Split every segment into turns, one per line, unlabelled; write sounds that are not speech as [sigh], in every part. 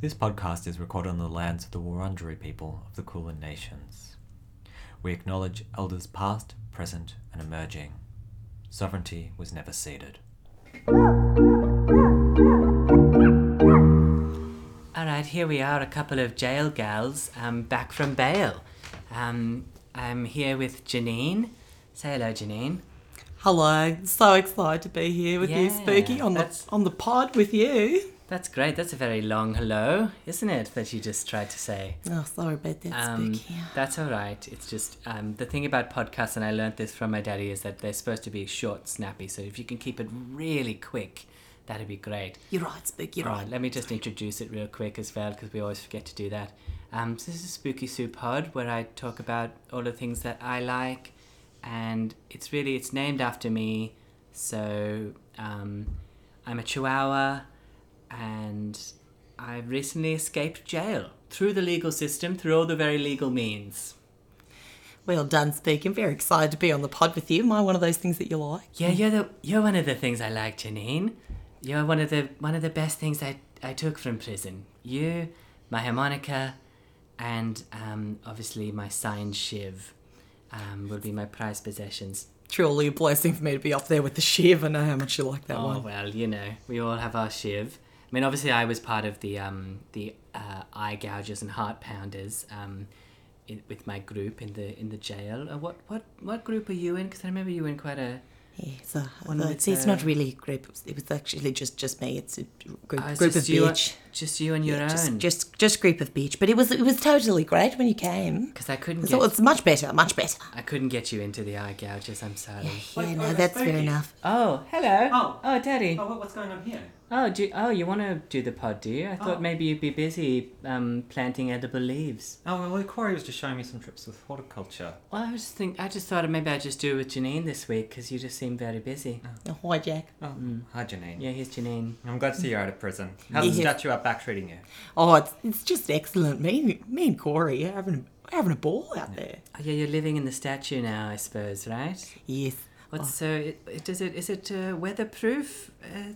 This podcast is recorded on the lands of the Wurundjeri people of the Kulin Nations. We acknowledge elders past, present, and emerging. Sovereignty was never ceded.
All right, here we are, a couple of jail gals um, back from bail. Um, I'm here with Janine. Say hello, Janine.
Hello, so excited to be here with you,
Yeah,
Spooky, on the,
that's-
on the pod with you.
That's great. That's a very long hello, isn't it? That you just tried to say.
Oh, sorry about that,
Um,
Spooky.
that's all right. It's just um, the thing about podcasts, and I learnt this from my daddy, is that they're supposed to be short, snappy. So if you can keep it really quick, that'd be great.
You're right, Spooky, you're
All
right.
right, let me just introduce it real quick as well, because we always forget to do that. Um, so this is Spooky Soup Pod, where I talk about all the things that I like, and it's really it's named after me. So um, I'm a Chihuahua, and I've recently escaped jail through the legal system, through all the very legal means.
Well done, Spooky. I'm very excited to be on the pod with you. Am I one of those things that you like?
Yeah, you're the you're one of the things I like, Janine. You're one of the one of the best things I, I took from prison. You, my harmonica, and um, obviously my signed shiv um, will be my prized possessions.
Truly a blessing for me to be up there with the Shiv. I know how much you like that
Oh
one.
well, you know we all have our shiv. I mean, obviously I was part of the um, the uh, eye gougers and heart pounders um, in, with my group in the in the jail. Uh, what what what group are you in? Because I remember you were in quite a
Yeah, so,
One
so
with
it's, it's
the-
not really a group. It was, it was actually just, just me. It's a group,
uh, it's
group of
just you-
bitch.
Just you and your
Yeah,
own.
just, just, just group of bitch. But it was, it was totally great when you came.
Because I couldn't
So
get
it's much better, much better.
I couldn't get you into the eye gouges. I'm sorry.
Yeah, no, that's fair enough.
Oh, hello.
Oh.
Daddy.
what's going on here?
Oh, do oh you want to do the pod? Do you? I thought maybe you'd be busy um, planting edible leaves.
Oh, well, Corey was just showing me some trips with horticulture.
Well, I was just think I just thought maybe I'd just do it with Janine this week because you just seem very busy.
Oh, hi, Jack.
Oh, hi, Janine.
Yeah, here's Janine.
I'm glad to see you're out of prison. How's the
Yeah.
statue out back treating you?
Oh, it's, it's just excellent. Me, and- me and Corey are having a, having a ball out there.
Oh, yeah, you're living in the statue now, I suppose, right? Oh.
Yes.
What's so? It, it, does it is it uh, weatherproof? Uh,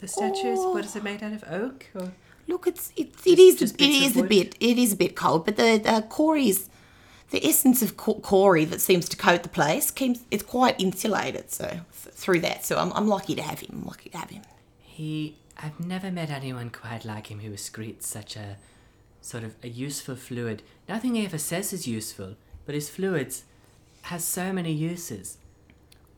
the statues. What is it made out of? Oak or?
Look, it's it's
Just-
it is
just
it
bits of
is a
wood?
bit it is a bit cold, but the uh, Corey's the essence of Co- Corey that seems to coat the place keeps it's quite insulated. So th- through that, so I'm, I'm lucky to have him. I'm lucky to have him.
He, I've never met anyone quite like him who excretes such a sort of a useful fluid. Nothing he ever says is useful, but his fluids has so many uses.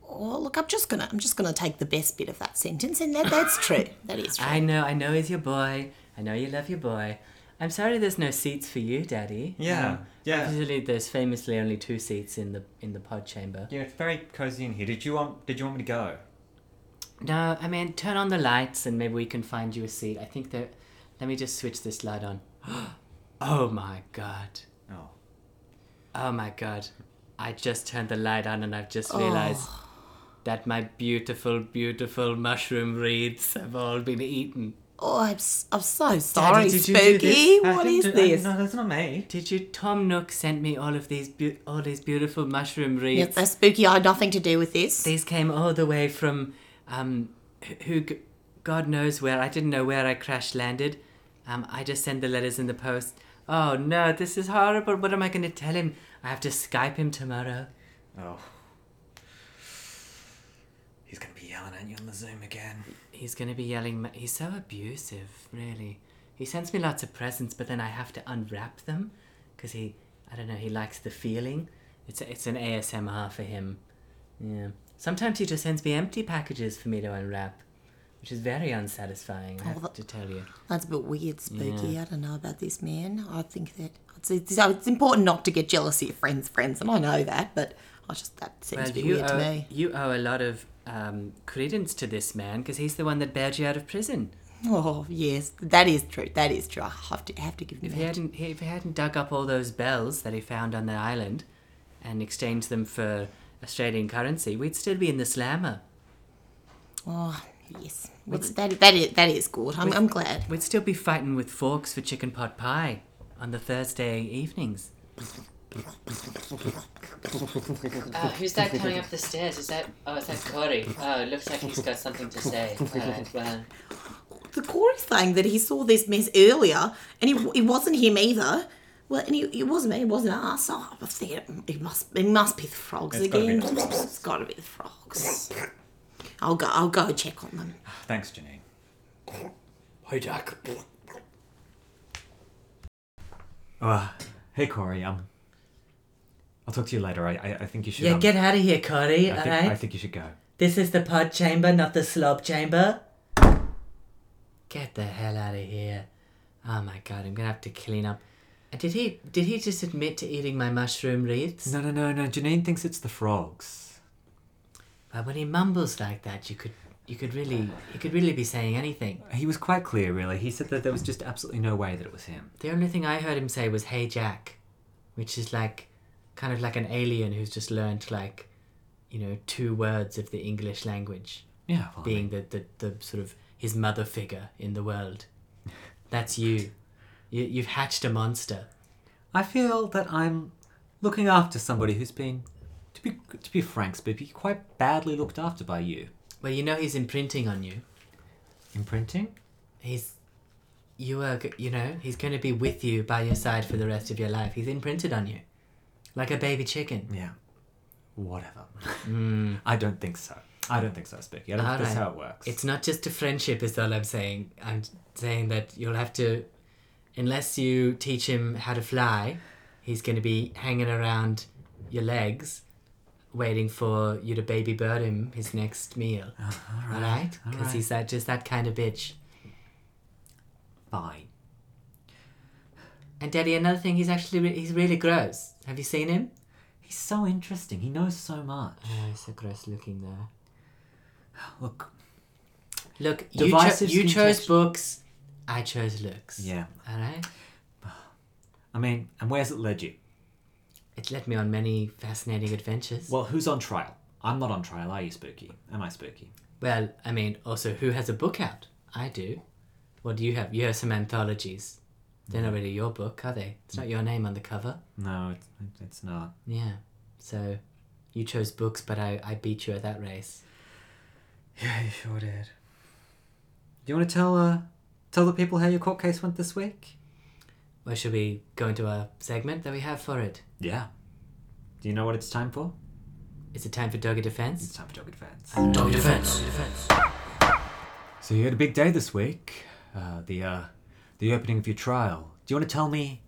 Oh, look, I'm just gonna I'm just gonna take the best bit of that sentence, and that that's
[laughs]
true. That is true.
I know, I know he's your boy. I know you love your boy. I'm sorry there's no seats for you, Daddy.
Yeah, yeah.
Usually there's famously only two seats in the in the pod chamber.
Yeah, it's very cozy in here. Did you want? Did you want me to go?
No, I mean turn on the lights and maybe we can find you a seat. I think there let me just switch this light on. [gasps] oh my god.
Oh,
Oh my god. I just turned the light on and I've just realized that my beautiful, beautiful mushroom reeds have all been eaten.
oh, I'm, s- I'm so sorry,
did you do
Spooky.
I
What
didn't
is
do- I-
this?
no, that's not me.
Did you? Tom Nook sent me all of these, beau all these beautiful mushroom
Yeah,
reeds.
that's spooky. I had nothing to do with this.
these came all the way from, um, who- who, g- God knows where. I didn't know where I crash landed. Um, I just sent the letters in the post. Oh no, this is horrible. What am I going to tell him? I have to Skype him tomorrow.
Oh. He's gonna be yelling at you on the Zoom again.
He's going to be yelling. ma- He's so abusive, really. He sends me lots of presents, but then I have to unwrap them because he, I don't know, he likes the feeling. It's it's an ASMR for him. Yeah. Sometimes he just sends me empty packages for me to unwrap, which is very unsatisfying. I
Oh,
have
that-
to tell you.
That's a bit weird, spooky. I don't know about this man. I think that it's, it's, so it's important not to get jealousy of friends' friends, and I know that, but I just that seems
Well,
a bit
you
weird to
owe,
me.
you owe a lot of um, credence to this man because he's the one that bailed you out of prison.
Oh yes, that is true. That is true. I have to I have to give him
If he
that.
hadn't, he- if he hadn't dug up all those bells that he found on the island, and exchanged them for Australian currency, we'd still be in the slammer.
Oh yes, Well, that that is that is good. I'm, I'm glad.
We'd still be fighting with forks for chicken pot pie on the Thursday evenings. Uh, who's that coming up the stairs? Is that? Oh, is that Corey? Oh, it looks like he's got something to say. All right, well,
the Corey thing that he saw this mess earlier, and it, it wasn't him either. Well, and he, it wasn't me. It wasn't us. Oh, I think it, it must. It must be the frogs
It's gotta be
again.
the
it's got to be the frogs. I'll go. I'll go check on them.
Thanks, Janine.
Hi, Jack.
Uh, hey, Corey. Um, I'll talk to you later. I, I, I think you should.
Yeah,
um,
get out of here, Cody.
I
All
think,
right.
I think you should go.
This is the pod chamber, not the slob chamber.
Get the hell out of here. Oh my god, I'm gonna have to clean up. And did he did he just admit to eating my mushroom wreaths?
No, no, no, no. Janine thinks it's the frogs.
But when he mumbles like that, you could you could really he could really be saying anything.
He was quite clear, really. He said that there was just absolutely no way that it was him.
The only thing I heard him say was "Hey Jack," which is like kind of like an alien who's just learned like you know two words of the English language,
Yeah, well, I
being
mean,
the, the the sort of his mother figure in the world. That's you. you you've hatched a monster.
I feel that I'm looking after somebody who's been, to be to be frank, Spoopy, quite badly looked after by you.
Well, you know he's imprinting on you.
Imprinting?
He's you are g- you know he's going to be with you by your side for the rest of your life. He's imprinted on you, like a baby chicken.
Yeah. Whatever. [laughs] I don't think so. I don't think so, Spoopy. Mm. I don't think that's
Alright.
how it works. [laughs]
It's not just a friendship, is all I'm saying. I'm saying that you'll have to, unless you teach him how to fly, he's going to be hanging around your legs, waiting for you to baby bird him his next meal. all right? Because
alright.
he's that, just that kind of bitch.
fine.
And Daddy, another thing, he's actually re- he's really gross. Have you seen him?
He's so interesting. He knows so much.
Oh, he's so gross looking though.
[sighs] Look.
Look, you, cho-
Divisive
you
skin
chose
texture.
books, I chose looks.
Yeah.
All right.
I mean, and where's it led you?
It led me on many fascinating adventures.
Well, who's on trial? I'm not on trial, are you, Spooky? Am I Spooky?
Well, I mean, also, who has a book out? I do. What do you have? You have some anthologies. They're not really your book, are they? It's not your name on the cover.
No, it's, it's not.
Yeah. So, you chose books, but I, I beat you at that race.
Yeah, you sure did. Do you want to tell uh, tell the people how your court case went this week?
Well, should we go into our segment that we have for it?
Yeah. Do you know what it's time for?
Is it time for Doggy Defense?
It's time for Dog Advance.
Doggy Defense!
So you had a big day this week. Uh, the uh, the opening of your trial. Do you want to tell me?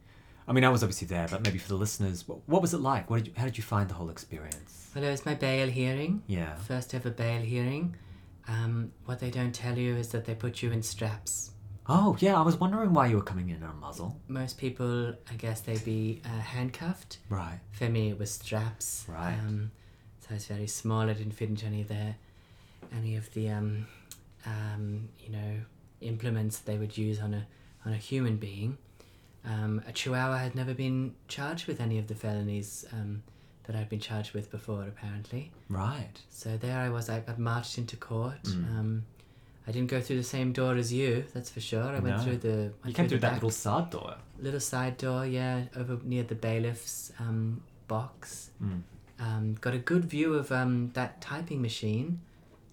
I mean, I was obviously there, but maybe for the listeners, what, what was it like? What did you, how did you find the whole experience?
Well, it was my bail hearing.
Yeah.
First ever bail hearing. Um, what they don't tell you is that they put you in straps.
Oh, yeah. I was wondering why you were coming in on a muzzle.
Most people, I guess, they'd be uh, handcuffed.
Right.
For me, it was straps.
Right.
Um, so I was very small. I didn't fit into any of the, any of the, um, um, you know, implements they would use on a on a human being. Um, a Chihuahua had never been charged with any of the felonies um, that I'd been charged with before, apparently.
Right.
So there I was. I, I marched into court.
Mm.
Um, I didn't go through the same door as you, that's for sure. I went
No.
through the. Went
You came through
the
that
back
little side door.
little side door, yeah, over near the bailiff's um, box. Um, got a good view of um, that typing machine.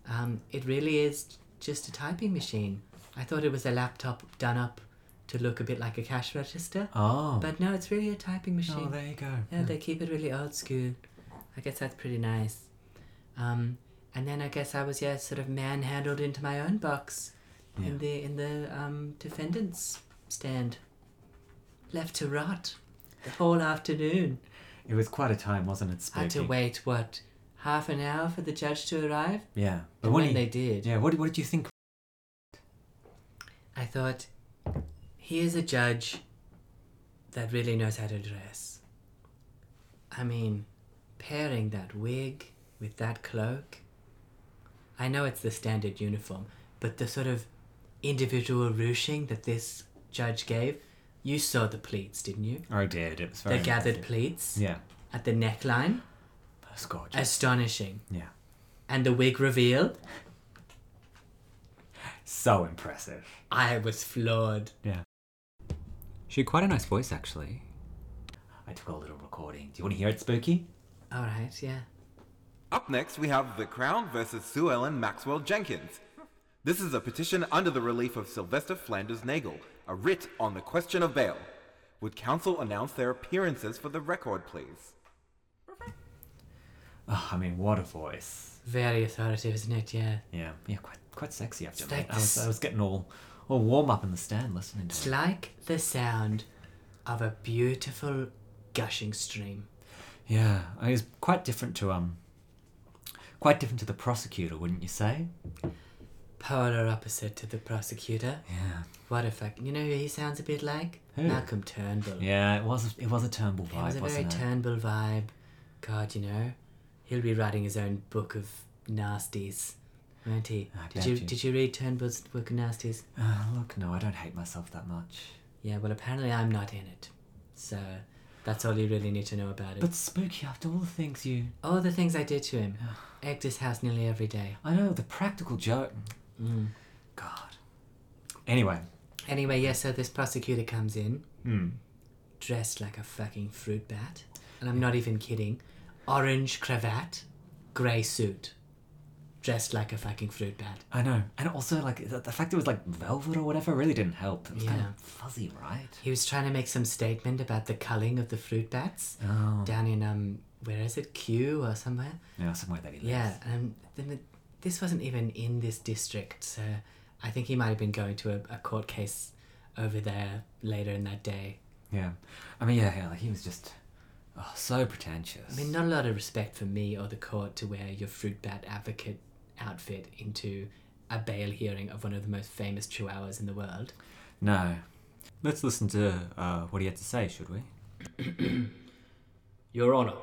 Um, it really is just a typing machine. I thought it was a laptop done up to look a bit like a cash register,
Oh.
but no, it's really a typing machine.
oh, there you go.
Yeah, they keep it really old school. I guess that's pretty nice. Um, and then I guess I was yeah sort of manhandled into my own box
Yeah.
in the in the um, defendant's stand. Left to rot the whole afternoon.
It was quite a time, wasn't it, Spooky?
Had to wait what half an hour for the judge to arrive.
Yeah. But
And
when,
when
he-
they did,
Yeah, what, what did you think?
I thought, here's a judge that really knows how to dress. I mean, pairing that wig with that cloak. I know it's the standard uniform, but the sort of individual ruching that this judge gave, you saw the pleats, didn't you?
I did. It was
the gathered pleats
Yeah.
at the neckline.
That's gorgeous.
Astonishing.
yeah.
And the wig reveal,
So impressive.
I was floored.
She had quite a nice voice, actually. I took a little recording. Do you want to hear it, Spooky?
All right, yeah.
Up next, we have The Crown versus Sue Ellen Maxwell Jenkins. This is a petition under the relief of Sylvester Flanders Nagel, a writ on the question of bail. Would counsel announce their appearances for the record, please?
Ah, I mean, what a voice.
Very authoritative, isn't it? Yeah.
Yeah, yeah, quite quite sexy. Actually,
like
I was
this-
I was getting all all warm up in the stand listening
It's
to it.
like the sound of a beautiful gushing stream.
Yeah, I mean, it's quite different to um, quite different to the prosecutor, wouldn't you say?
Polar opposite to the prosecutor.
Yeah,
What a fuck. You know who he sounds a bit like?
Who?
Malcolm Turnbull.
yeah, it was a, it was a Turnbull
It was
vibe,
a very
wasn't it?
Turnbull vibe. God, you know, he'll be writing his own book of nasties, won't he?
Ah,
did
glad
you
you-
did you read Turnbull's book of nasties?
Ah, look, no, I don't hate myself that much.
Yeah. Well, apparently I'm not in it, so that's all you really need to know about it.
But spooky after all the things you.
all the things I did to
[sighs]
him, egged his house nearly every day.
I know the practical joke. Mm. God. Anyway,
Anyway, yeah. So this prosecutor comes in,
Hmm.
dressed like a fucking fruit bat, and I'm not even kidding. Orange cravat, grey suit, dressed like a fucking fruit bat.
I know, and also like the, the fact it was like velvet or whatever really didn't help. It was kind
Yeah.
of fuzzy, right?
He was trying to make some statement about the culling of the fruit bats
Oh,
down in um where is it Kew or somewhere?
yeah, somewhere that he lives.
Yeah, and then the, this wasn't even in this district, so I think he might have been going to a, a court case over there later in that day.
Yeah, I mean, yeah, yeah like he was just oh, so pretentious.
I mean, not a lot of respect for me or the court to wear your fruit bat advocate outfit into a bail hearing of one of the most famous chihuahuas in the world.
no. Let's listen to uh, what he had to say, should we?
Your Honor,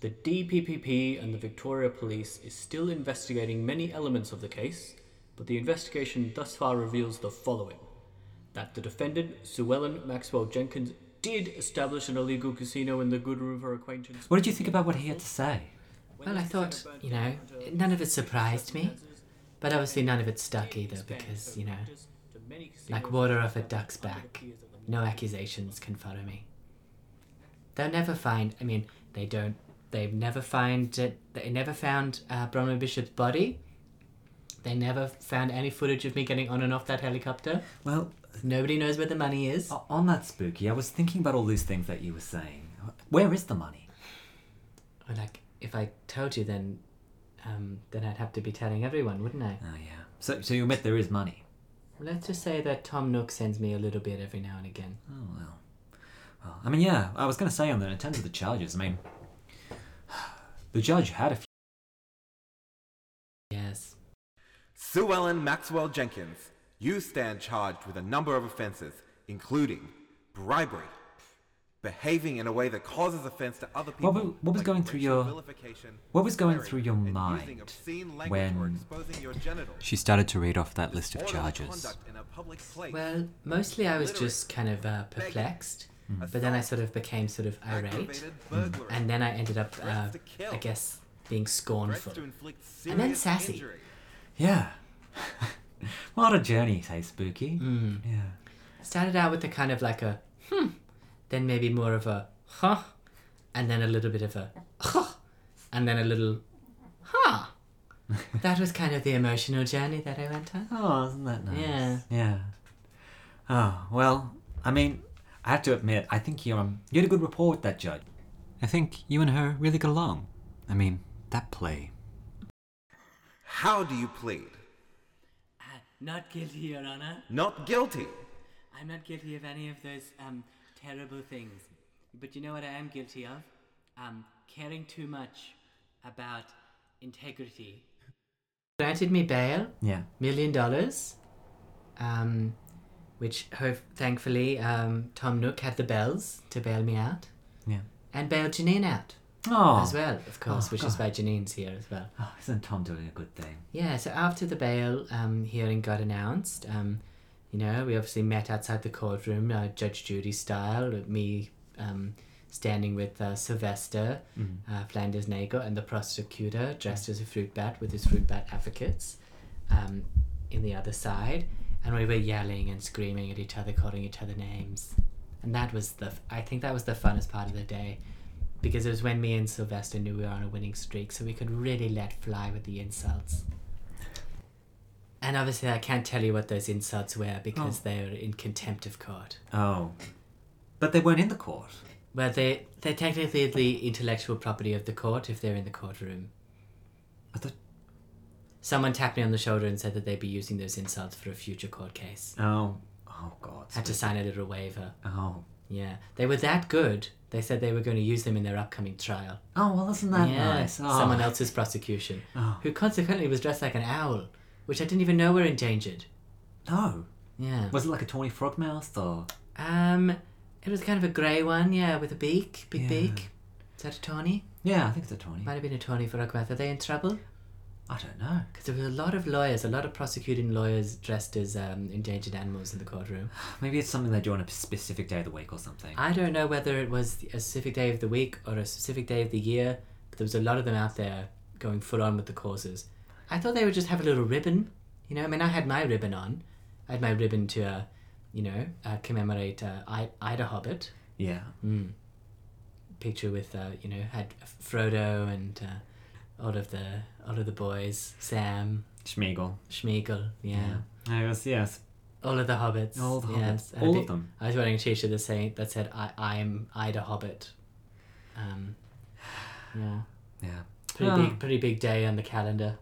the DPPP and the Victoria Police is still investigating many elements of the case, but the investigation thus far reveals the following that the defendant, Suellen Maxwell Jenkins, did establish an illegal casino in the Good River acquaintance.
What did you think about what he had to say?
Well, I thought, you know, none of it surprised me, but obviously none of it stuck either because, you know, like water off a duck's back. No accusations can follow me. They'll never find. I mean, they don't. They've never find. it- They never found uh, Bronwyn Bishop's body. They never found any footage of me getting on and off that helicopter.
Well,
Nobody knows where the money is.
o- on that spooky, I was thinking about all these things that you were saying. Where is the money?
Or like, if I told you, then, um, then I'd have to be telling everyone, wouldn't I?
Oh yeah. So, so you admit there is money.
Let's just say that Tom Nook sends me a little bit every now and again.
Oh well. Well, I mean, yeah, I was going to say on that in terms of the charges. I mean, the judge had a few.
Yes.
Sue Ellen Maxwell Jenkins, you stand charged with a number of offenses, including bribery, behaving in a way that causes offense to other people.
What wa- what was going through
racial
your-
vilification,
what was going
slurring,
through your
and using
mind
obscene language or
when-
exposing your genitals,
She started to read off that list of
disorderly
charges.
conduct in a public place,
Well, mostly I was
Illiterate.
just kind of uh, perplexed, but then I sort of became sort of irate,
aggravated burglary,
and then I ended up, uh,
Threats to kill.
I guess, being
threats
scornful.
to inflict serious
And then sassy.
injury.
Yeah. [laughs] what a journey, say Spooky. Yeah.
Started out with a kind of like a hmm, then maybe more of a huh, and then a little bit of a huh, and then a little huh. that was kind of the emotional journey that I went on.
Oh, isn't that nice?
Yeah.
Yeah. Oh, well, I mean, I have to admit, I think you, um, you had a good rapport with that judge. I think you and her really got along. I mean, that play.
How do you plead?
Uh, Not guilty, Your Honor.
Not guilty.
I'm not guilty of any of those um, terrible things. But you know what I am guilty of? Um, caring too much about integrity. Granted me bail,
Yeah.
million dollars, um, which ho- thankfully um, Tom Nook had the bells to bail me out,
Yeah.
and bailed Janine out
Oh.
as well, of course,
Oh,
which is
God.
why Janine's here as well.
Oh, isn't Tom doing a good thing?
Yeah, so after the bail um, hearing got announced, um, you know, we obviously met outside the courtroom, uh, Judge Judy style, with me um, standing with uh, Sylvester uh, Flanders Nagel and the prosecutor dressed as a fruit bat with his fruit bat advocates um, in the other side. And we were yelling and screaming at each other, calling each other names. And that was the, f- I think that was the funnest part of the day because it was when me and Sylvester knew we were on a winning streak, so we could really let fly with the insults. And obviously, I can't tell you what those insults were because they were in contempt of court.
Oh. But they weren't in the court.
Well, they, they're technically the intellectual property of the court if they're in the courtroom.
I thought.
Someone tapped me on the shoulder and said that they'd be using those insults for a future court case.
Oh. Oh, God.
Had to sign a little waiver.
Oh.
Yeah. They were that good, they said they were going to use them in their upcoming trial.
Oh, well, isn't that
yeah,
nice? Oh.
someone else's prosecution,
Oh.
who consequently was dressed like an owl, which I didn't even know were endangered.
No.
Yeah.
Was it like a tawny frog mouth or.
Um, it was kind of a grey one, yeah, with a beak, big
Yeah.
beak. Is that a tawny?
Yeah, I think it's a tawny.
Might have been a tawny for Are they in trouble?
I don't know.
Because there were a lot of lawyers, a lot of prosecuting lawyers dressed as um, endangered animals in the courtroom.
Maybe it's something they do on a specific day of the week or something.
I don't know whether it was a specific day of the week or a specific day of the year, but there was a lot of them out there going full on with the causes. I thought they would just have a little ribbon, you know. I mean, I had my ribbon on. I had my ribbon to, uh, you know, uh, commemorate uh, I- Ida Hobbit Mm.
Yeah.
picture with, uh, you know, had Frodo and uh, all of the all of the boys, Sam,
Schmeagol.
Schmeagol, yeah.
I was, yes.
All of the hobbits.
All the
yes.
hobbits.
I had
All
a-
of them.
I was wearing a t-shirt that saying that said I I'm Ida Hobbit. Um, yeah,
Yeah.
pretty
Ah.
big, pretty big day on the calendar.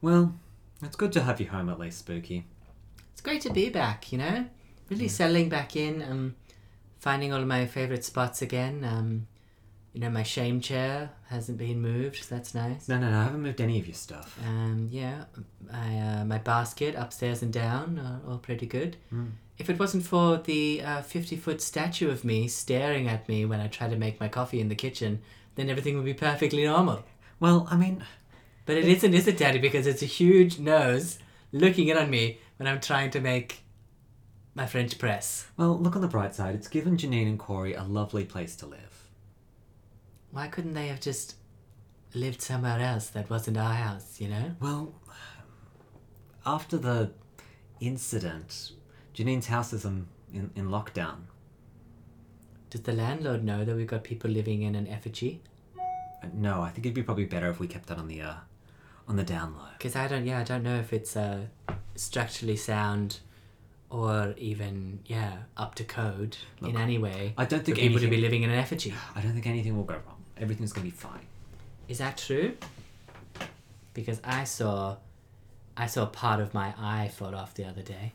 Well, it's good to have you home at least, Spooky.
It's great to be back. You know, really settling back in. Um, finding all of my favorite spots again. Um, you know, my shame chair hasn't been moved. So that's nice.
No, no, no, I haven't moved any of your stuff.
Um, yeah, I, uh, my basket upstairs and down are all pretty good. If it wasn't for the uh, 50 foot statue of me staring at me when I try to make my coffee in the kitchen, then everything would be perfectly normal.
Well, I mean,
But it isn't, is it, Daddy? Because it's a huge nose looking in on me when I'm trying to make my French press.
well, look on the bright side. It's given Janine and Corey a lovely place to live.
Why couldn't they have just lived somewhere else that wasn't our house, you know?
Well, after the incident, Janine's house is in, in, in lockdown.
Does the landlord know that we've got people living in an effigy?
Uh, No, I think it'd be probably better if we kept that on the uh, on the down low.
Because I don't, yeah, I don't know if it's uh, structurally sound or even, yeah, up to code in any way.
I don't
for
think
people to be
anything-
living in an effigy.
I don't think anything will go wrong. Everything's gonna be fine.
Is that true? Because I saw, I saw part of my eye fall off the other day,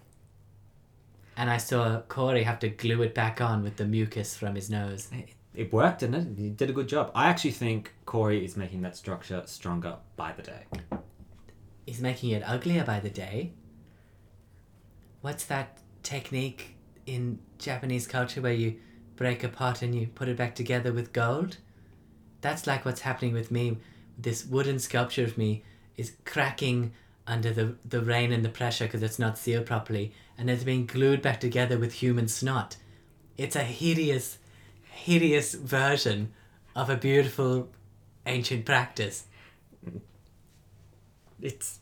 and I saw Corey have to glue it back on with the mucus from his nose.
It, it worked, didn't it? You did a good job. I actually think Corey is making that structure stronger by the day.
He's making it uglier by the day. What's that technique in Japanese culture where you break apart and you put it back together with gold? That's like what's happening with me. This wooden sculpture of me is cracking under the, the rain and the pressure because it's not sealed properly, and it's being glued back together with human snot. It's a hideous, hideous version of a beautiful ancient practice.
It's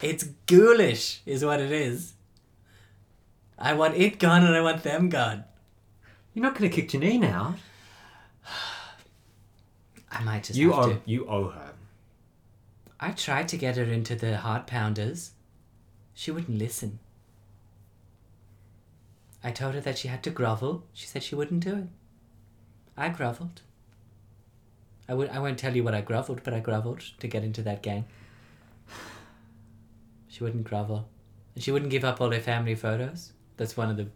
It's ghoulish, is what it is. I want it gone and I want them gone.
you're not gonna kick Janine out.
I might just
You
have
owe
to.
you owe her.
I tried to get her into the heart pounders. She wouldn't listen. I told her that she had to grovel. She said she wouldn't do it. I groveled. I, would, I won't tell you what I groveled, but I groveled to get into that gang. [sighs] She wouldn't grovel. And she wouldn't give up all her family photos. That's one of the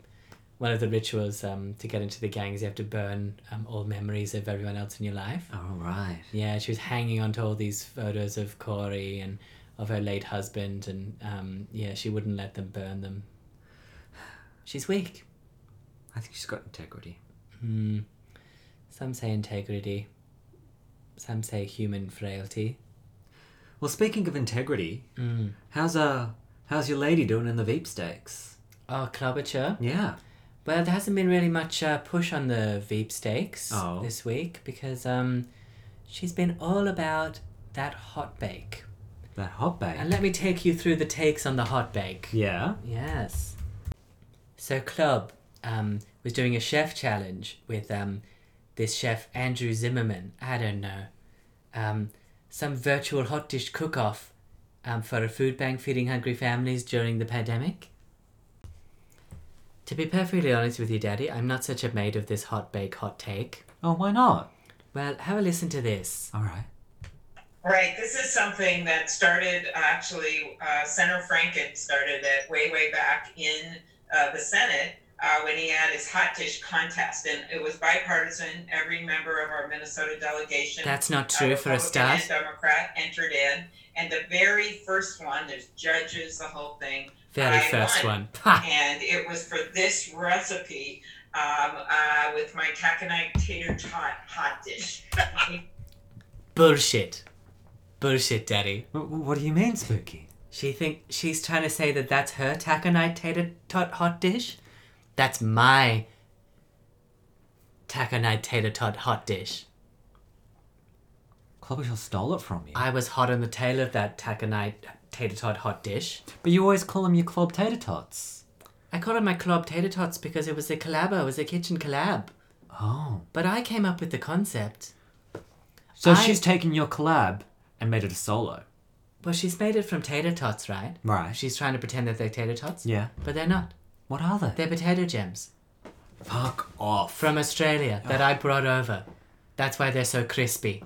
one of the rituals um, to get into the gang is you have to burn um, all memories of everyone else in your life.
All right.
Yeah, she was hanging on to all these photos of Corey and of her late husband, and um, yeah, she wouldn't let them burn them. She's weak.
I think she's got integrity.
Some say integrity, some say human frailty.
Well, speaking of integrity,
Mm.
how's uh how's your lady doing in the Veep stakes?
Oh, Klobuchar.
Yeah.
Well, there hasn't been really much uh, push on the Veep stakes
Oh.
this week because um, she's been all about that hot bake.
That hot bake.
And let me take you through the takes on the hot bake.
yeah.
Yes. So Club um, was doing a chef challenge with um, this chef Andrew Zimmerman. I don't know, um, some virtual hot dish cook-off
um, for a food bank feeding hungry families during the pandemic?
To be perfectly honest with you, Daddy, I'm not such a maid of this hot bake, hot take.
Oh, why not?
Well, have a listen to this.
All right.
Right. This is something that started actually, uh, Senator Franken started it way, way back in uh, the Senate uh, when he had his hot dish contest. And it was bipartisan. Every member of our Minnesota delegation,
That's not
uh,
true for a
Republican
start.
and Democrat, entered in. And the very first one, there's judges, the whole thing.
Very
I
first
won.
one. Ha!
and it was for this recipe um, uh, with my taconite tater tot hot
[laughs]
dish.
Bullshit. Bullshit, Daddy.
Wh- wh- What do you mean, Spooky?
She think she's trying to say that that's her taconite tater tot hot dish. That's my taconite tater tot hot dish.
Clubbushell stole it from you.
I was hot on the tail of that taconite tater tot hot dish.
But you always call them your club tater tots.
I called it my club tater tots because it was a collab. It was a kitchen collab.
Oh.
But I came up with the concept.
So
I-
she's taken your collab and made it a solo.
Well, she's made it from tater tots, right?
Right.
She's trying to pretend that they're tater tots.
Yeah.
But they're not.
What are they?
They're potato gems.
Fuck off.
from Australia that I brought over. That's why they're so crispy.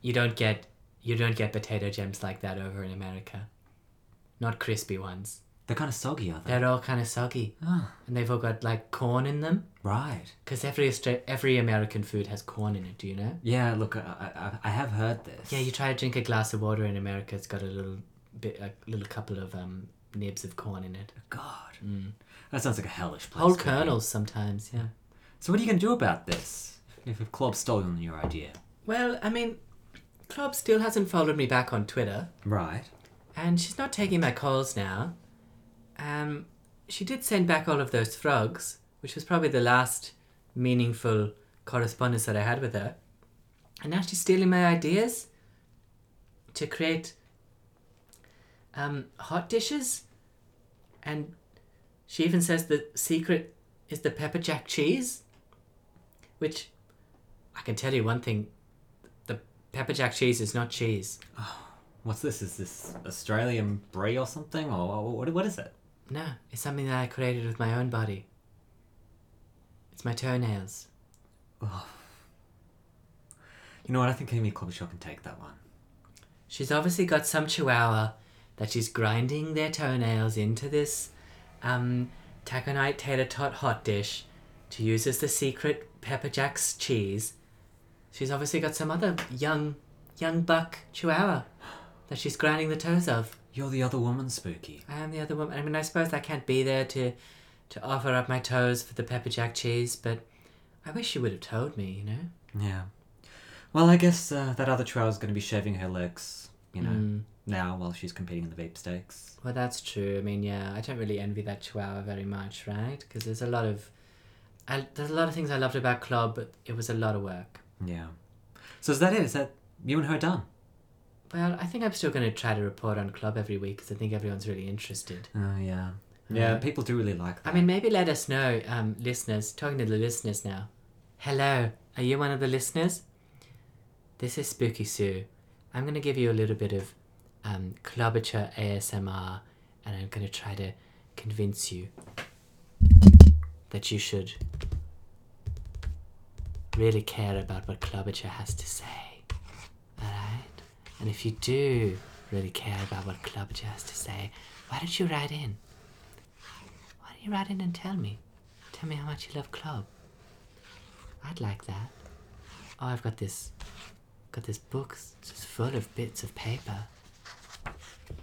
you don't get you don't get potato gems like that over in America. Not crispy ones.
They're kind of soggy, are they?
They're all kind of soggy,
Ah,
and they've all got like corn in them.
right.
Because every Austra- every American food has corn in it. Do you know?
Yeah, look, I, I, I have heard this.
Yeah, you try to drink a glass of water in America. It's got a little bit, a little couple of um, nibs of corn in it.
God.
Mm.
That sounds like a hellish place.
Whole
to be.
kernels sometimes. Yeah.
So what are you going to do about this? If, if Club stolen your idea.
Well, I mean, Club still hasn't followed me back on Twitter.
Right.
and she's not taking my calls now. Um, she did send back all of those frogs, which was probably the last meaningful correspondence that I had with her. And now she's stealing my ideas to create um, hot dishes. And she even says the secret is the pepper jack cheese, which I can tell you one thing the pepper jack cheese is not cheese.
What's this? Is this Australian brie or something? Or wha- what, what is it?
No, it's something that I created with my own body. It's my toenails.
You know what? I think Amy Klobuchar can take that one.
She's obviously got some chihuahua that she's grinding their toenails into this um, taconite tater tot hot dish to use as the secret pepper jack's cheese. She's obviously got some other young, young buck chihuahua that she's grinding the toes of.
You're the other woman, Spooky.
I am the other woman. I mean, I suppose I can't be there to, to offer up my toes for the pepper jack cheese, but I wish she would have told me, you know?
Yeah. Well, I guess uh, that other trial's going to be shaving her legs, you know,
Mm.
now while she's competing in the vape stakes.
Well, that's true. I mean, yeah, I don't really envy that Chihuahua very much, right? Because there's a lot of, I, there's a lot of things I loved about Club, but it was a lot of work.
Yeah. So is that it? Is that you and her done?
Well, I think I'm still going to try to report on Club every week because I think everyone's really interested.
Oh, yeah. Yeah, people do really like that.
I mean, maybe let us know, um, listeners. Talking to the listeners now. Hello, are you one of the listeners? This is Spooky Sue. I'm going to give you a little bit of um, Clubberture ASMR, and I'm going to try to convince you that you should really care about what Clubberture has to say. Alright? And if you do really care about what Clubberture has to say, why don't you write in? Why don't you write in and tell me? Tell me how much you love club. I'd like that. Oh, I've got this, got this book s- just full of bits of paper.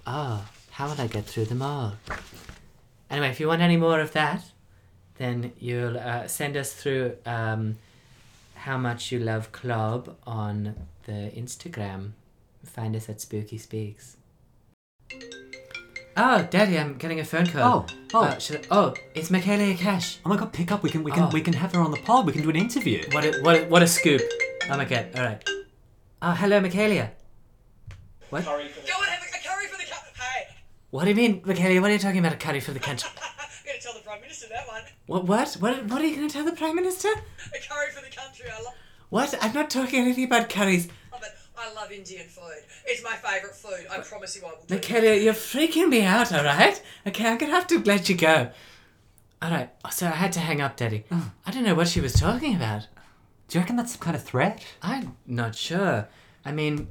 Oh, how will I get through them all? Anyway, if you want any more of that, then you'll uh, send us through um, how much you love club on the Instagram. Find us at Spooky Speaks. Oh, Daddy, I'm getting a phone call.
Oh, oh.
Uh, should I- oh, it's Michaela Cash.
oh my god, pick up. We can we can
Oh.
we can have her on the pod. We can do an interview.
What a, what a, what a scoop. Oh my god, alright. Oh, hello, Michaela.
Go and have a, a curry for the cup. Hey,
What do you mean, Michaela? What are you talking about a curry for the country?
I'm going to tell the Prime Minister that one.
What, what? What, what are you going to tell the Prime Minister?
A curry for the country. I love
What? I'm not talking anything about curries.
it. I love Indian food. It's my favourite food. I promise you I will do it.
Michaela, you're freaking me out, alright? Okay, I'm gonna have to let you go. Alright, so I had to hang up, Daddy. I don't know what she was talking about.
Do you reckon that's some kind of threat?
I'm not sure. I mean,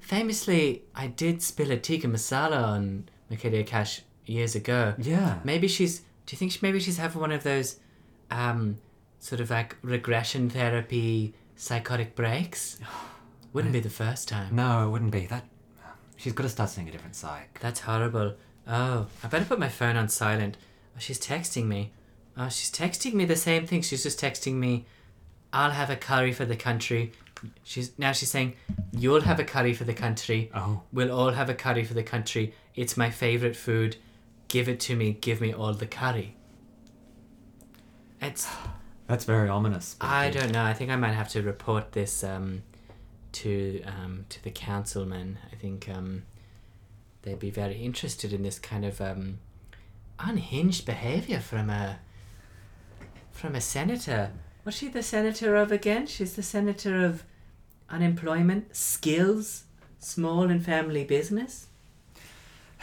famously, I did spill a tikka masala on Michaela Cash years ago.
Yeah.
Maybe she's. Do you think she, maybe she's having one of those, um, sort of like regression therapy psychotic breaks? Wouldn't be the first time.
No, it wouldn't be. That she's got to start seeing a different side.
That's horrible. Oh, I better put my phone on silent. Oh, she's texting me. Oh, she's texting me the same thing. She's just texting me. I'll have a curry for the country. She's now she's saying, "You'll have a curry for the country.
Oh.
We'll all have a curry for the country. It's my favorite food. Give it to me. Give me all the curry." It's
That's very ominous.
I
Pinky.
don't know. I think I might have to report this um, to um, to the councilman. I think um, they'd be very interested in this kind of um, unhinged behavior from a from a senator. Was she the senator of again? She's the senator of unemployment, skills, small and family business.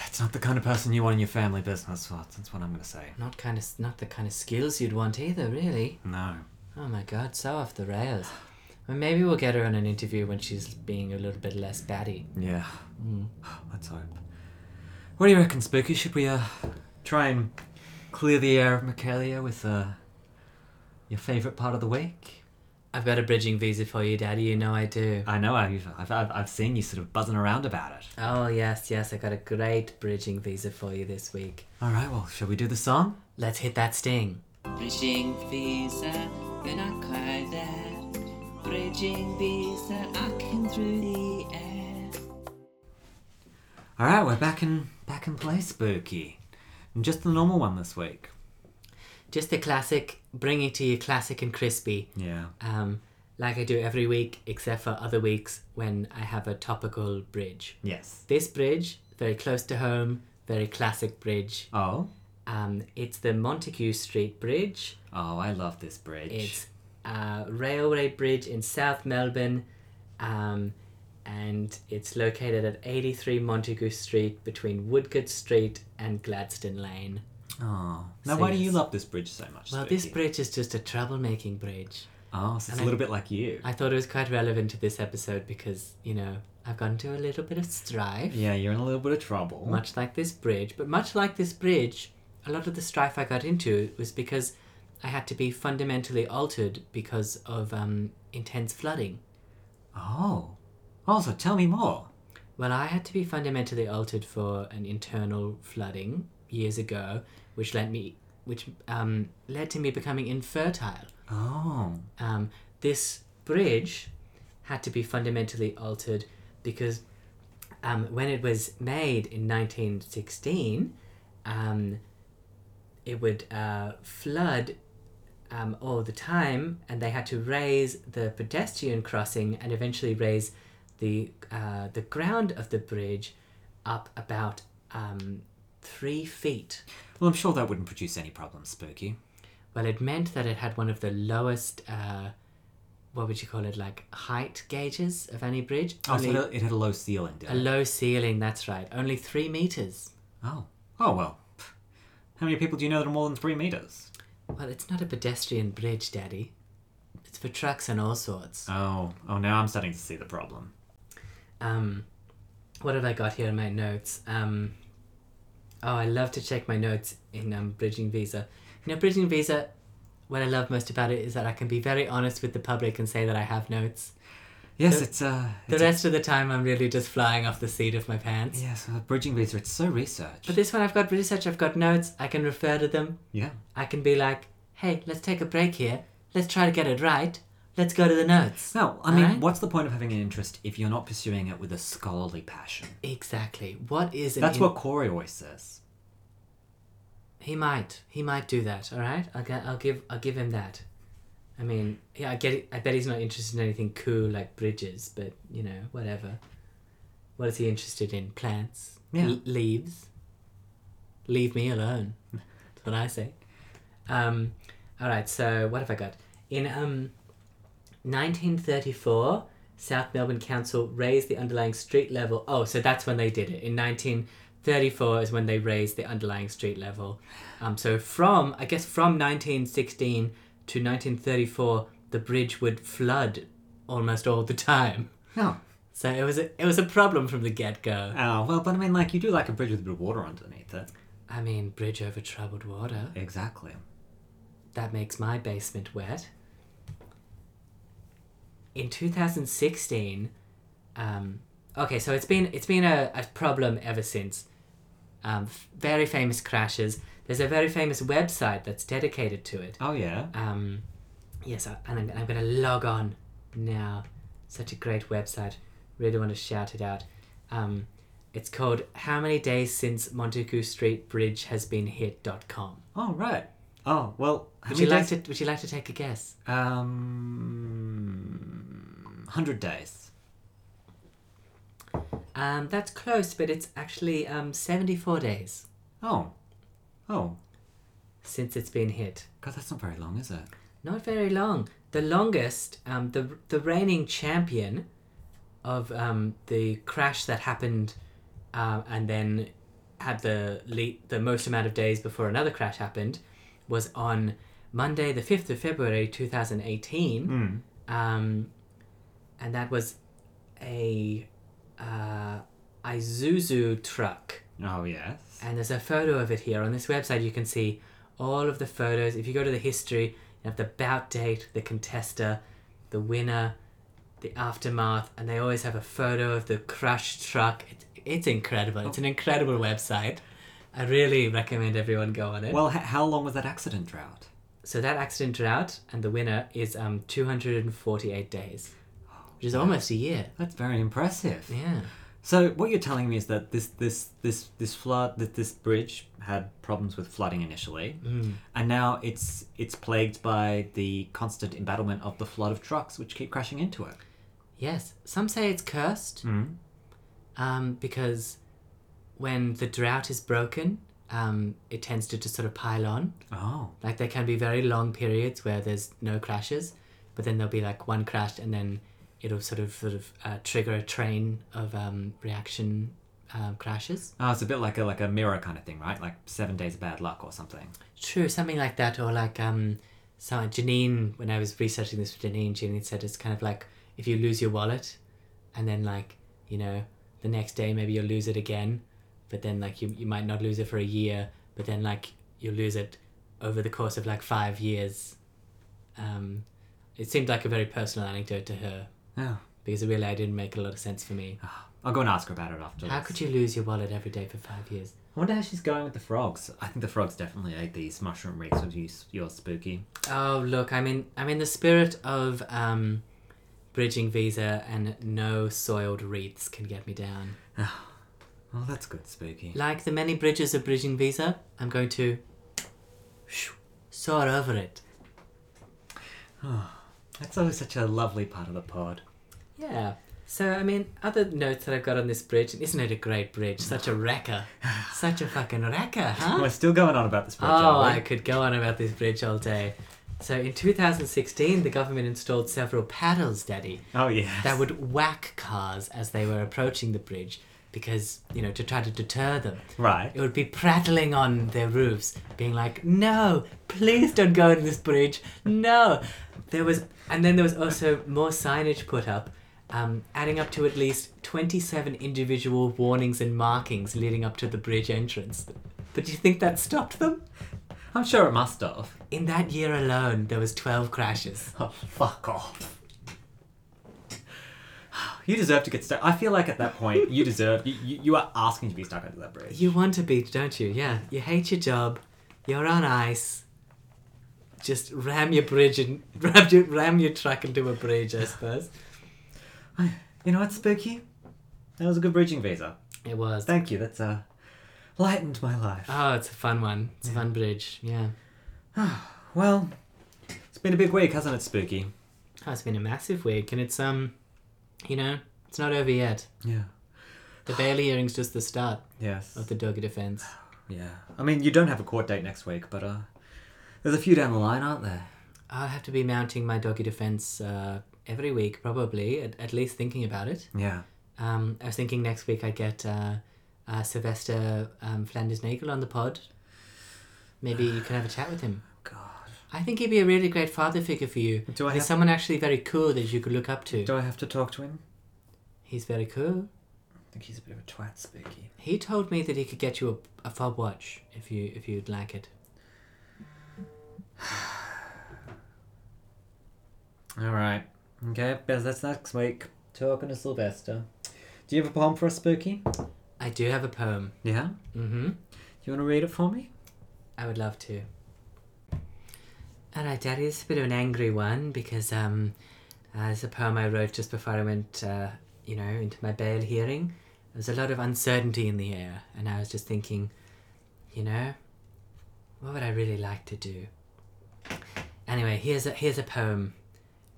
It's not the kind of person you want in your family business. Well, that's what I'm going to say.
Not kind of not the kind of skills you'd want either, really.
No.
Oh my god, so off the rails. Well, maybe we'll get her on an interview when she's being a little bit less batty.
Yeah. Let's hope. What do you reckon, Spooky? Should we uh try and clear the air of Michaelia with uh your favourite part of the week?
I've got a bridging visa for you, Daddy. You know I do.
I know I've I've I've, I've seen you sort of buzzing around about it.
Oh, yes, yes, I got a great bridging visa for you this week.
All right. Well, shall we do the song?
Let's hit that sting.
Bridging visa, you're not quite there. Bridging visa, I came through the air.
All right. We're back in back in play, Spooky. And just the normal one this week.
Just the classic, bring it to you classic and crispy.
Yeah.
Um, like I do every week, except for other weeks when I have a topical bridge.
Yes.
This bridge, very close to home, very classic bridge.
Oh.
Um, it's the Montague Street Bridge.
Oh, I love this bridge.
It's a railway bridge in South Melbourne, um, and it's located at 83 Montague Street between Woodgate Street and Gladstone Lane.
Oh. Now,
So
why do
yes.
you love this bridge so much?
Well, this
Spooky?
bridge is just a troublemaking bridge.
Oh, so it's
and
a
I-
little bit like you.
I thought it was quite relevant to this episode because, you know, I've gone to a little bit of strife,
yeah, you're in a little bit of trouble.
much like this bridge. But much like this bridge, a lot of the strife I got into was because I had to be fundamentally altered because of um, intense flooding.
Oh. Also, tell me more.
Well, I had to be fundamentally altered for an internal flooding years ago, which led me, which um, led to me becoming infertile.
Oh.
Um, this bridge had to be fundamentally altered because um, when it was made in 1916, um, it would uh, flood um, all the time, and they had to raise the pedestrian crossing and eventually raise the uh, the ground of the bridge up about um, three feet.
Well, I'm sure that wouldn't produce any problems, Spooky.
Well, it meant that it had one of the lowest, uh, what would you call it, like height gauges of any bridge.
Oh, so
Only
it had- it had a low ceiling, did
a
it?
low ceiling, that's right. Only three meters.
oh. Oh, well. pff. How many people do you know that are more than three metres?
Well, it's not a pedestrian bridge, Daddy. It's for trucks and all sorts.
Oh. Oh, now I'm starting to see the problem.
Um, what have I got here in my notes? Um, oh, I love to check my notes in um, Bridging Visa. You know, Bridging Visa, what I love most about it is that I can be very honest with the public and say that I have notes.
Yes,
The-
it's, uh...
The
it's
rest of the time, I'm really just flying off the seat of my pants.
Yes, uh, bridging visa, it's so research.
But this one, I've got research, I've got notes, I can refer to them.
yeah.
I can be like, hey, let's take a break here. Let's try to get it right. Let's go to the notes.
No, I mean,
Alright.
what's the point of having an interest if you're not pursuing it with a scholarly passion?
Exactly. What is an
That's
in-
what Corey always says.
he might he might do that. All right, I'll get, I'll give I'll give him that. I mean, yeah, I get it. I bet he's not interested in anything cool like bridges, but you know, whatever. What is he interested in? Plants,
Yeah.
L- leaves. Leave me alone. [laughs] That's what I say. Um, all right. So what have I got? In um, 1934, South Melbourne Council raised the underlying street level. Oh, so that's when they did it. In 1934 is when they raised the underlying street level. Um, so from, I guess, from 1916 to 1934, the bridge would flood almost all the time.
No.
So it was a, it was a problem from the get go.
Oh, well, but I mean, like, you do like a bridge with a bit of water underneath it.
I mean, bridge over troubled water.
Exactly.
That makes my basement wet. In 2016, um, okay, so it's been it's been a, a problem ever since. Um, f- very famous crashes. There's a very famous website that's dedicated to it.
Oh, yeah.
Um, yes, I, and I'm, I'm going to log on now. Such a great website. Really want to shout it out. Um, it's called How Many Days Since Montague Street Bridge Has Been Hit.com.
Oh, right. Oh, well, how
Would you
many
like
days?
to Would you like to take a guess?
Um, 100 days.
Um, that's close, but it's actually um, 74 days
Oh. Oh.
since it's been hit.
God, that's not very long, is it?
Not very long. The longest, um, the the reigning champion of um, the crash that happened, um, and then had the le- the most amount of days before another crash happened, was on Monday, the fifth of February, two thousand eighteen, um, and that was a uh, Isuzu truck.
Oh, yes.
And there's a photo of it here on this website. You can see all of the photos. If you go to the history, you have the bout date, the contester, the winner, the aftermath, and they always have a photo of the crushed truck. It's, it's incredible. It's an incredible website. I really recommend everyone go on it.
Well, h- how long was that accident drought?
so that accident drought and the winner is um 248 days, which is almost a year.
That's very impressive.
Yeah.
So what you're telling me is that this this this this flood that this bridge had problems with flooding initially,
Mm.
and now it's it's plagued by the constant embattlement of the flood of trucks which keep crashing into it.
Yes, some say it's cursed.
Mm.
Um, because when the drought is broken, um, it tends to just sort of pile on.
Oh,
Like there can be very long periods where there's no crashes, but then there'll be like one crash, and then it'll sort of sort of uh, trigger a train of um, reaction um, crashes.
oh, it's a bit like a like a mirror kind of thing, right? Like seven days of bad luck or something.
True, something like that, or like um, so Janine. When I was researching this with Janine, Janine said it's kind of like if you lose your wallet, and then like you know the next day maybe you'll lose it again, but then like you you might not lose it for a year, but then like you'll lose it over the course of like five years. Um, it seemed like a very personal anecdote to her
Oh,
because it really I didn't make a lot of sense for me.
I'll go and ask her about it after.
How
this.
could you lose your wallet every day for five years?
I wonder how she's going with the frogs. I think the frogs definitely ate these mushroom reeks with you. You're spooky.
Oh look, I'm in I'm in the spirit of um bridging visa and no soiled wreaths can get me down.
Oh, that's good, spooky.
Like the many bridges of bridging visa, I'm going to shoo, soar over it.
That's always such a lovely part of the pod.
Yeah. So I mean other notes that I've got on this bridge, and isn't it a great bridge? Such a wrecker. Such a fucking wrecker, huh?
We're still going on about this bridge,
Oh,
are we?
I could go on about this bridge all day. So in 2016, the government installed several paddles, Daddy.
Oh yeah. [laughs]
that would whack cars as they were approaching the bridge because, you know, to try to deter them.
right.
It would be prattling on their roofs, being like, no, please don't go in this bridge. No. There was, and then there was also more signage put up, um, adding up to at least 27 individual warnings and markings leading up to the bridge entrance. But do you think that stopped them?
I'm sure it must have.
In that year alone, there was 12 crashes.
[laughs] Oh, fuck off. [sighs] You deserve to get stuck. I feel like at that point, you deserve, you, you, you are asking to be stuck under that bridge.
You want to be, don't you? Yeah. You hate your job. You're on ice. Just ram your bridge and [laughs] ram your, ram your truck into a bridge, I suppose.
You know what's spooky? That was a good bridging visa.
It was.
Thank you, that's uh, lightened my life.
Oh, it's a fun one. It's a fun bridge. Yeah.
well, it's been a big week, hasn't it, Spooky?
Oh, it's been a massive week, and it's um, you know, it's not over yet.
Yeah.
The Bailey hearing's just the start
Yes.
of the Doga defense.
Yeah. I mean, you don't have a court date next week, but uh, there's a few down the line, aren't there?
I'll have to be mounting my doggy defense uh, every week, probably, at, at least thinking about it.
Yeah.
Um, I was thinking next week I'd get uh, uh, Sylvester um, Flanders Nagel on the pod. Maybe you can have a chat with him.
God.
I think he'd be a really great father figure for you.
Do I
He's
have-
someone actually very cool that you could look up to.
Do I have to talk to him?
He's very cool.
I think he's a bit of a twat, Spooky.
He told me that he could get you a, a fob watch if you if you'd like it.
All right. Okay, but that's next week. Talking to Sylvester. Do you have a poem for us, Spooky?
I do have a poem.
Yeah.
Mm-hmm.
Do you want to read it for me?
I would love to. All right, Daddy, this is a bit of an angry one because um, uh, it's a poem I wrote just before I went, uh, you know, into my bail hearing. There's a lot of uncertainty in the air, and I was just thinking, you know, what would I really like to do? Anyway, here's a here's a poem.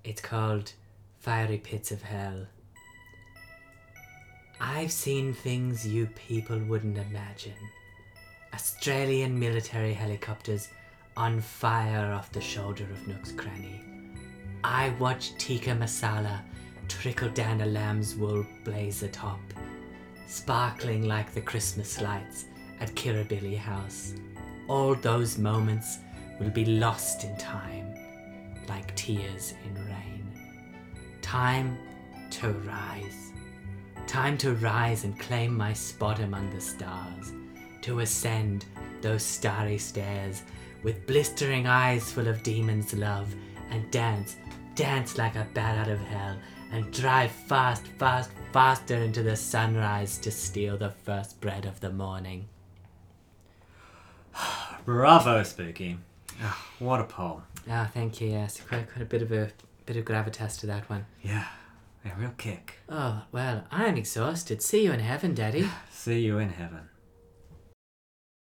It's called "Fiery Pits of Hell." I've seen things you people wouldn't imagine. Australian military helicopters on fire off the shoulder of Nook's Cranny. I watched tikka masala trickle down a lamb's wool blaze atop, sparkling like the Christmas lights at Kirribilli House. All those moments will be lost in time, like tears in rain. Time to rise. Time to rise and claim my spot among the stars, to ascend those starry stairs with blistering eyes full of demons' love, and dance, dance like a bat out of hell, and drive fast, fast, faster into the sunrise to steal the first bread of the morning.
Bravo, Spooky. Ah, what a poem.
Ah, thank you. Yes, quite, quite a bit of a bit of gravitas to that one.
Yeah. A real kick.
Oh well, I'm exhausted. See you in heaven, Daddy.
See you in heaven.